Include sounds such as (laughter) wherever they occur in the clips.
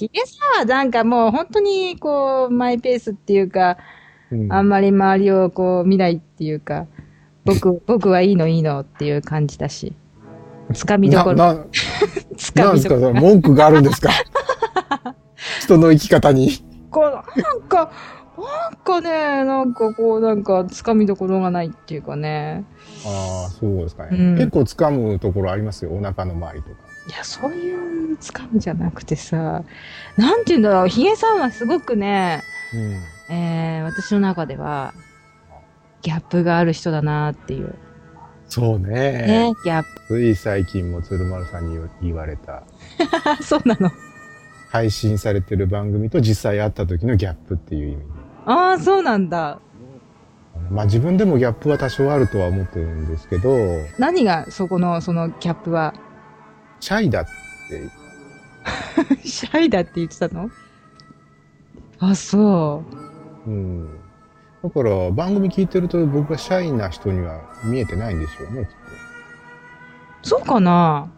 ヒゲさ、なんかもう本当にこう、マイペースっていうか、うあんまり周りをこう見ないっていうか、僕、僕はいいのいいのっていう感じだし。つかみどころ。な、な、つかなんでみすどこかろ。それ文句がある (laughs) んですか人の生き方に。こう、なんか、なんかね、なんかこう、なんか、つかみどころがないっていうかね。ああ、そうですかね。うん結構掴むところありますよ。お腹の周りとか。いや、そういうつかみじゃなくてさ、なんて言うんだろう、ヒゲさんはすごくね、うん。えー、私の中では、ギャップがある人だなっていう。そうねね、。ギャッつい最近も鶴丸さんに言われた。プ。あ (laughs) そうなの。配信されてる番組と実際会った時のギャップっていう意味で。ああ、そうなんだ。まあ自分でもギャップは多少あるとは思ってるんですけど、何がそこの、そのギャップは。シャイだって、 (laughs) シャイだって言ってたのあ、そうん。だから番組聞いてると僕はシャイな人には見えてないんでしょうね、う。きっと。そうかな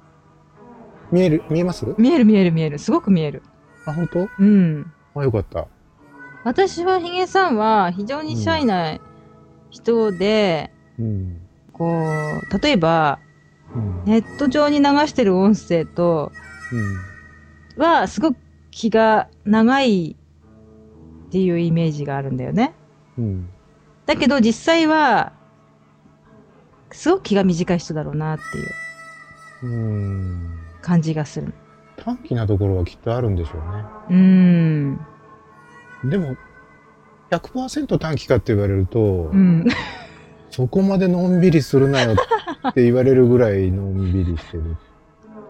見える、見えます見える見える見える。すごく見える。あ、本当うん。あ、よかった。私はヒゲさんは非常にシャイな人で、うん。こう、例えば、うん。ネット上に流してる音声とは、すごく気が長いっていうイメージがあるんだよね。うん。うん。だけど実際は、すごく気が短い人だろうなっていううん。感じがする。短気なところはきっとあるんでしょうーん。うね。でも、100%短気かって言われると、うん。そこまでのんびりするなよって言われるぐらいのんびりしてる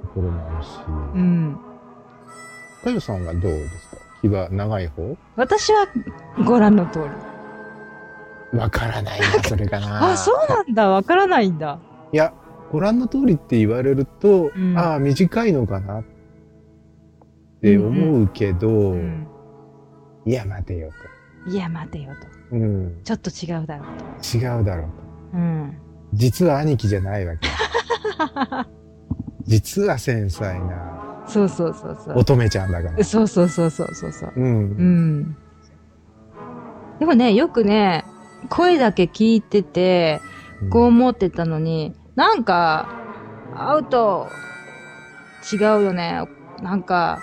ところもあるし。うん。かよさんはどうですか気は長い方私はご覧の通り。わからない (laughs) な、それかな。あそうなんだ。わからないんだ。いや、ご覧の通りって言われると、うんああ、短いのかなって思うけど、うん。いや、待てよいや、待てよと。と。うん。ちょっと違うだろうと。違うだろうと。うん。実は兄貴じゃな (laughs) いわけ。実は繊細なそうそうそうそう。乙女ちゃんだから。そうそうそうそうそうそう。う。うんん。でもね、よくね、声だけ聞いてて、こううん思ってたのに、なんか、会うと、違うよね。なんか、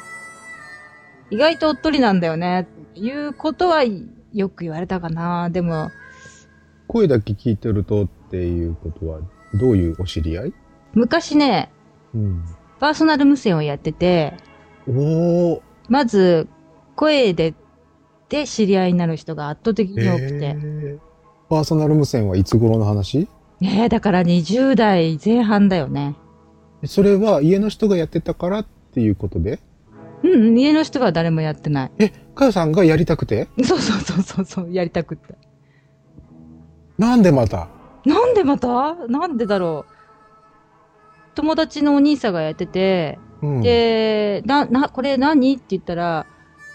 意外とおっとりなんだよね。いうことはよく言われたかな。でも、声だけ聞いてるとっていうことは、どういうお知り合い昔ね、うん。パーソナル無線をやってて、おー。まず、声で、で知り合いになる人が圧倒的に多くへて。ーパーソナル無線はいつ頃の話ねえ、だから20代前半だよね。それは家の人がやってたからっていうことでうん、家の人は誰もやってない。え、かよさんがやりたくてそうそうそうそうそう、やりたくって。なんでまたなんでまたなんでだろう。友達のお兄さんがやってて、うん、で、な、な、これ何って言ったら、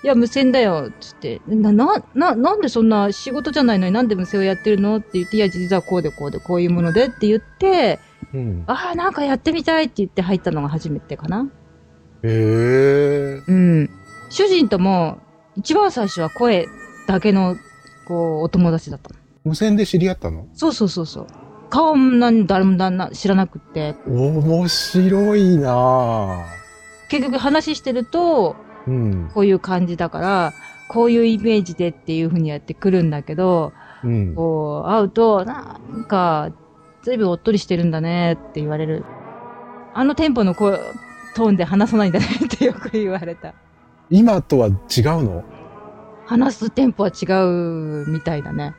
いや、無線だよ、つって。な、な、な、なんでそんな仕事じゃないのになんで無線をやってるのって言って、いや、実はこうでこうでこういうものでって言って、うん、ああ、なんかやってみたいって言って入ったのが初めてかな。へえ。うん。主人とも、一番最初は声だけの、こう、お友達だったの。無線で知り合ったのそうそうそうそう。顔も何、誰もだんな知らなくって、面白いなぁ。結局話してると、うん。こういう感じだから、こういうイメージでっていうふうにやってくるんだけど、うん。こう、会うと、なんか、ずいぶんおっとりしてるんだねって言われる。あのテンポの声、トーンで話さないんだねってよく言われた。今とは違うの話すテンポは違うみたいだね。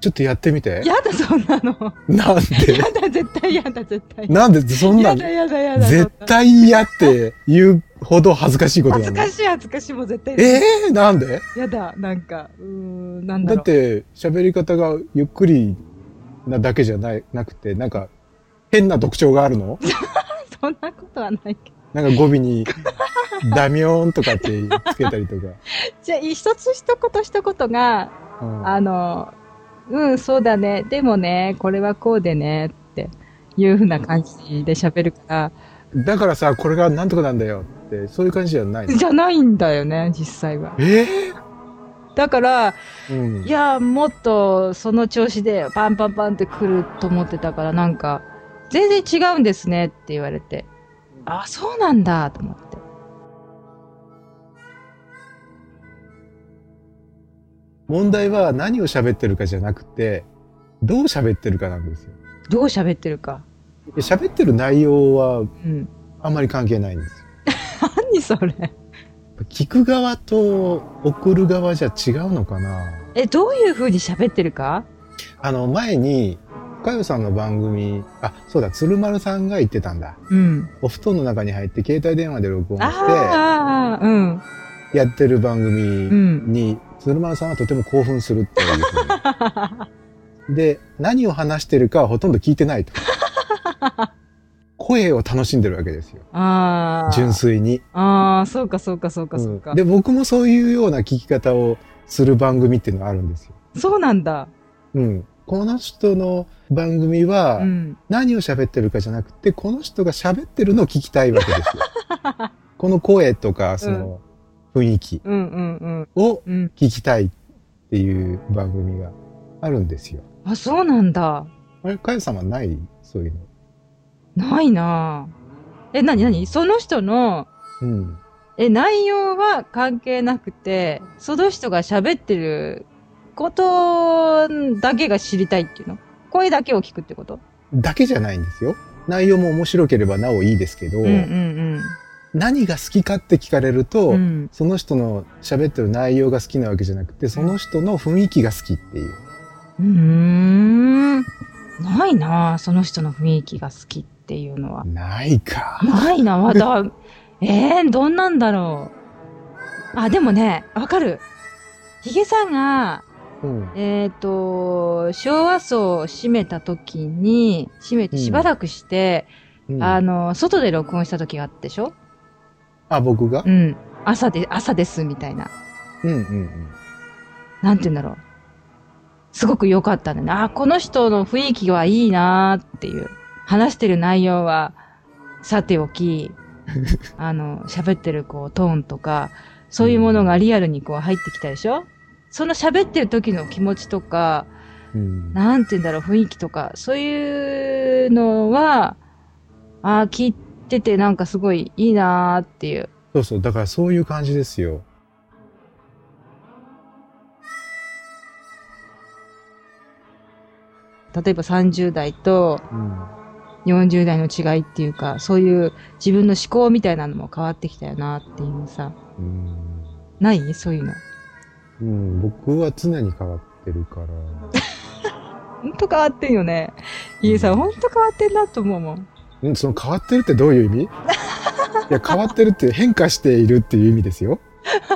ちょっとやってみて。やだ、そんなの。なんで (laughs) やだ、絶対やだ、絶対。なんでそんなやだ、やだ、やだ。絶対嫌って言うほど恥ずかしいこと恥なずのかしい、恥ずかしい、もう絶対。えー、なんでやだ、なんか、うーん、なんだだろっう。て喋り方がゆっくりなだけじゃないなくてなんか変な特徴があるのそんなことはないけど。なんか語尾 (laughs) に「ダミョーン」とかってつけたりとか、じゃあ、一つ一言一言が、うんあの、うん、そうだね。でもね、これはこうでね、っていうふうな感じで喋るから、だからさこれがなんとかなんだよって、そういう感じじゃないのじゃないんだよね、実際は。えだから、ーうんい。や、もっとその調子でパンパンパンって来ると思ってたから、なんか、全然違うんですねって言われて、あ、そうなんだと思って。問題は何を喋ってるかじゃなくて、どう喋ってるかなんですよ。どう喋ってるか。いや喋ってる内容はうん。あんまり関係ないんですよ。何それ。聞く側と送る側じゃ違うのかなえ、どういう風に喋ってるかあの、前に、かよさんの番組、あ、そうだ、鶴丸さんが言ってたんだ。うん。お布団の中に入って携帯電話で録音しああ、うん。て、やってる番う組ん。に、鶴丸さんはとても興奮するっていう (laughs) ふうにで、何を話してるかはほとんど聞いてないと。声を楽しんでるわけですよ。ああ。純粋に。ああ、そうかそうかそうかそうか。うんで、僕もそういうような聞き方をする番組っていうのはあるんですよ。そうなんだ。うん。この人の番組は、うん。何を喋ってるかじゃなくて、この人が喋ってるのを聞きたい (laughs) わけですよ。この声とか、その雰囲気うんうんうん。をうん。聞きたいっていう番組があるんですよ。あ、そうなんだ。あれ、かよさんはないそういうの。ないなあえ、なになにその人の、うん。え、内容は関係なくて、その人が喋ってることだけが知りたいっていうの声だけを聞くってことだけじゃないんですよ。内容も面白ければなおいいですけど、うんうん何が好きかって聞かれると、うん。うん。その人の喋ってる内容が好きなわけじゃなくて、その人の雰囲気が好きっていう。うーん。ないなあその人の雰囲気が好きっていうのは。ないか。ないな、まだ。えー、どんなんだろう。あ、でもね、わかる。ヒゲさんが、うん。えっ、と、昭和層を閉めた時に、閉めてしばらくして、うんあの、外で録音した時があったでしょあ、僕がうん。朝で、朝です、みたいな。うんうんうん。なんて言うんだろう。すごく良かったんだよね。あー、この人の雰囲気はいいなーっていう。話してる内容は、さておき、あの、喋ってるこう、トーンとか、そういうものがリアルにこう入ってきたでしょその喋ってる時の気持ちとか、うんなんて言うんだろう、雰囲気とか、そういうのは、ああ、聞いててなんかすごいいいなーっていう。そうそう、だからそういう感じですよ。例えば30代とうん、 40代の違いっていうか、そういう自分の思考みたいなのも変わってきたよなっていうさ。うんないそういうの。うん、僕は常に変わってるから。ほんと変わってんよね。家さん、ほんと変わってんなと思うもん。うん、その変わってるってどういう意 (laughs) 味いや、変わってるって変化しているっていう意味ですよ。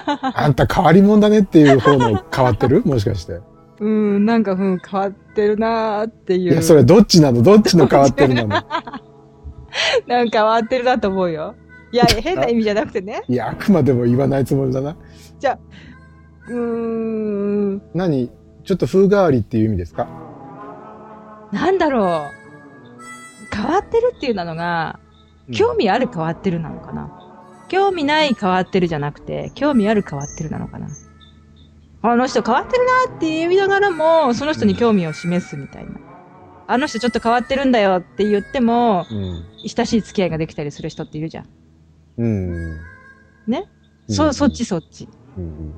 あんた変わり者だねっていう方の変わってるもしかして。うん、なんか、うん、変わってるなーっていいう。や、それどっちなのどっちの変わってるなのなんか変わってるなと思うよ。いや、変な意味じゃなくてね。いや、あくまでも言わないつもりだな。うーん。何ちょっと風変わりっていう意味ですかなんだろう。変わってるっていうなのが、興味ある変わってるなのかな。興味ない変わってるじゃなくて、興味ある変わってるなのかな。あの人変わってるなって言いながらも、その人に興味を示すみたいな。あの人ちょっと変わってるんだよって言っても、うん。親しい付き合いができたりする人っているじゃん。うん。ねうんそ、そっち。そっち。うん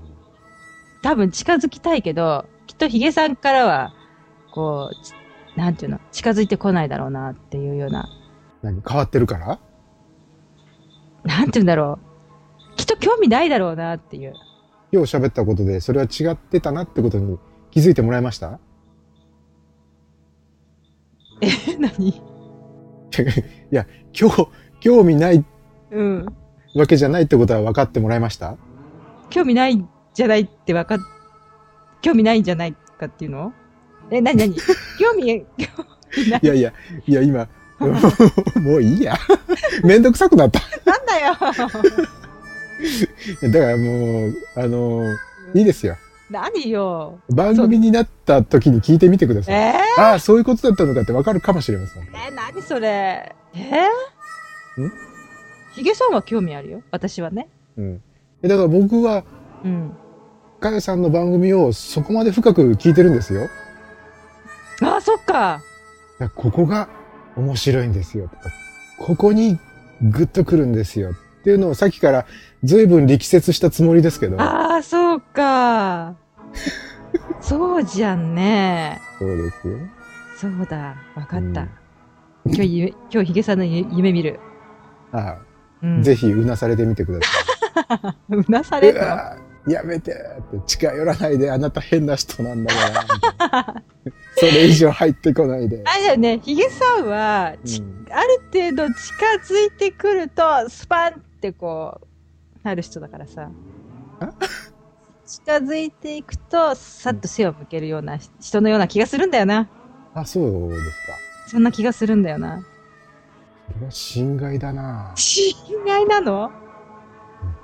多分近づきたいけど、きっとヒゲさんからは、こうち、なんていうの、近づいてこないだろうなっていうような、何変わってるからなんていうんだろう。きっと興味ないだろうなって (laughs) いう。今日喋ったことでそれは違ってたなってことに気づいてもらえましたえ、何今日興味ないうん。わけじゃないってことは分かってもらえました興味ないじゃないってわかっ、興味ないんじゃないかっていうのえ、なにな (laughs) に興味、興味ないい。やいやいや今 (laughs) もういいやめんどくさくなったなんだよだからもうあのいいですよ何よ番組になった時に聞いてみてくだえさいーああそういうことだったのかって分かるかもしれませんえ、何それえー、ヒゲさんは興味あるよ。私はね。うん。えだから僕は、うん。かよさんの番組をそこまで深く聞いてるんですよ。ああ、そっか。いやここが面白いんですよとか、ここにグッとくるんですよっていうのをさっきから随分力説したつもりですけど。ああ、そうか。そうじゃんね。そうですよ。そうだ。わかうっんた。今日夢、今日ヒゲさんの夢夢見る。あうん。ぜひうなされてみてくださうなさい。れうた。わやめてって近寄らないであなた変な人なんだから。 (laughs) それ以上入ってこないで。あれだよね、ヒゲさんは、ちうんある程度近づいてくると、スパンってこう、なる人だからさあ。近づいていくと、さっと背を向けるような人人のような気がするんだよな。あ、そうですか。そんな気がするんだよな。それは侵害だな意外なの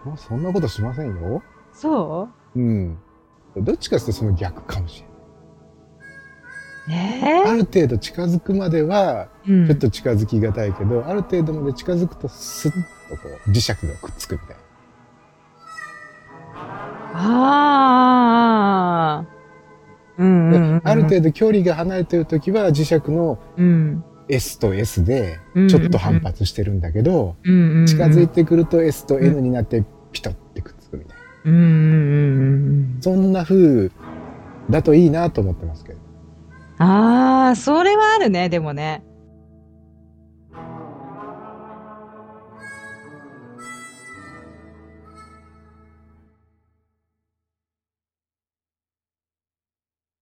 もうそんなことしませんよ。そうん。どっちかっていうとその逆かもしれなうえい。ある程度近づくまでは、えうんちょっと近づきがたいけど、ある程度まで近づくとスッとこう磁石がくっつくみたいな。ああ。うんうんうんうん。ある程度距離が離れてる時は磁石のうん。 S と S でうんちょっと反発してるんだけど、うんうんうん。近づいてくると S と N になってピタッてくっつくみたいうな。んうんうんうん。そんな風だといいなと思ってますけど。ああ、それはあるね、でもね。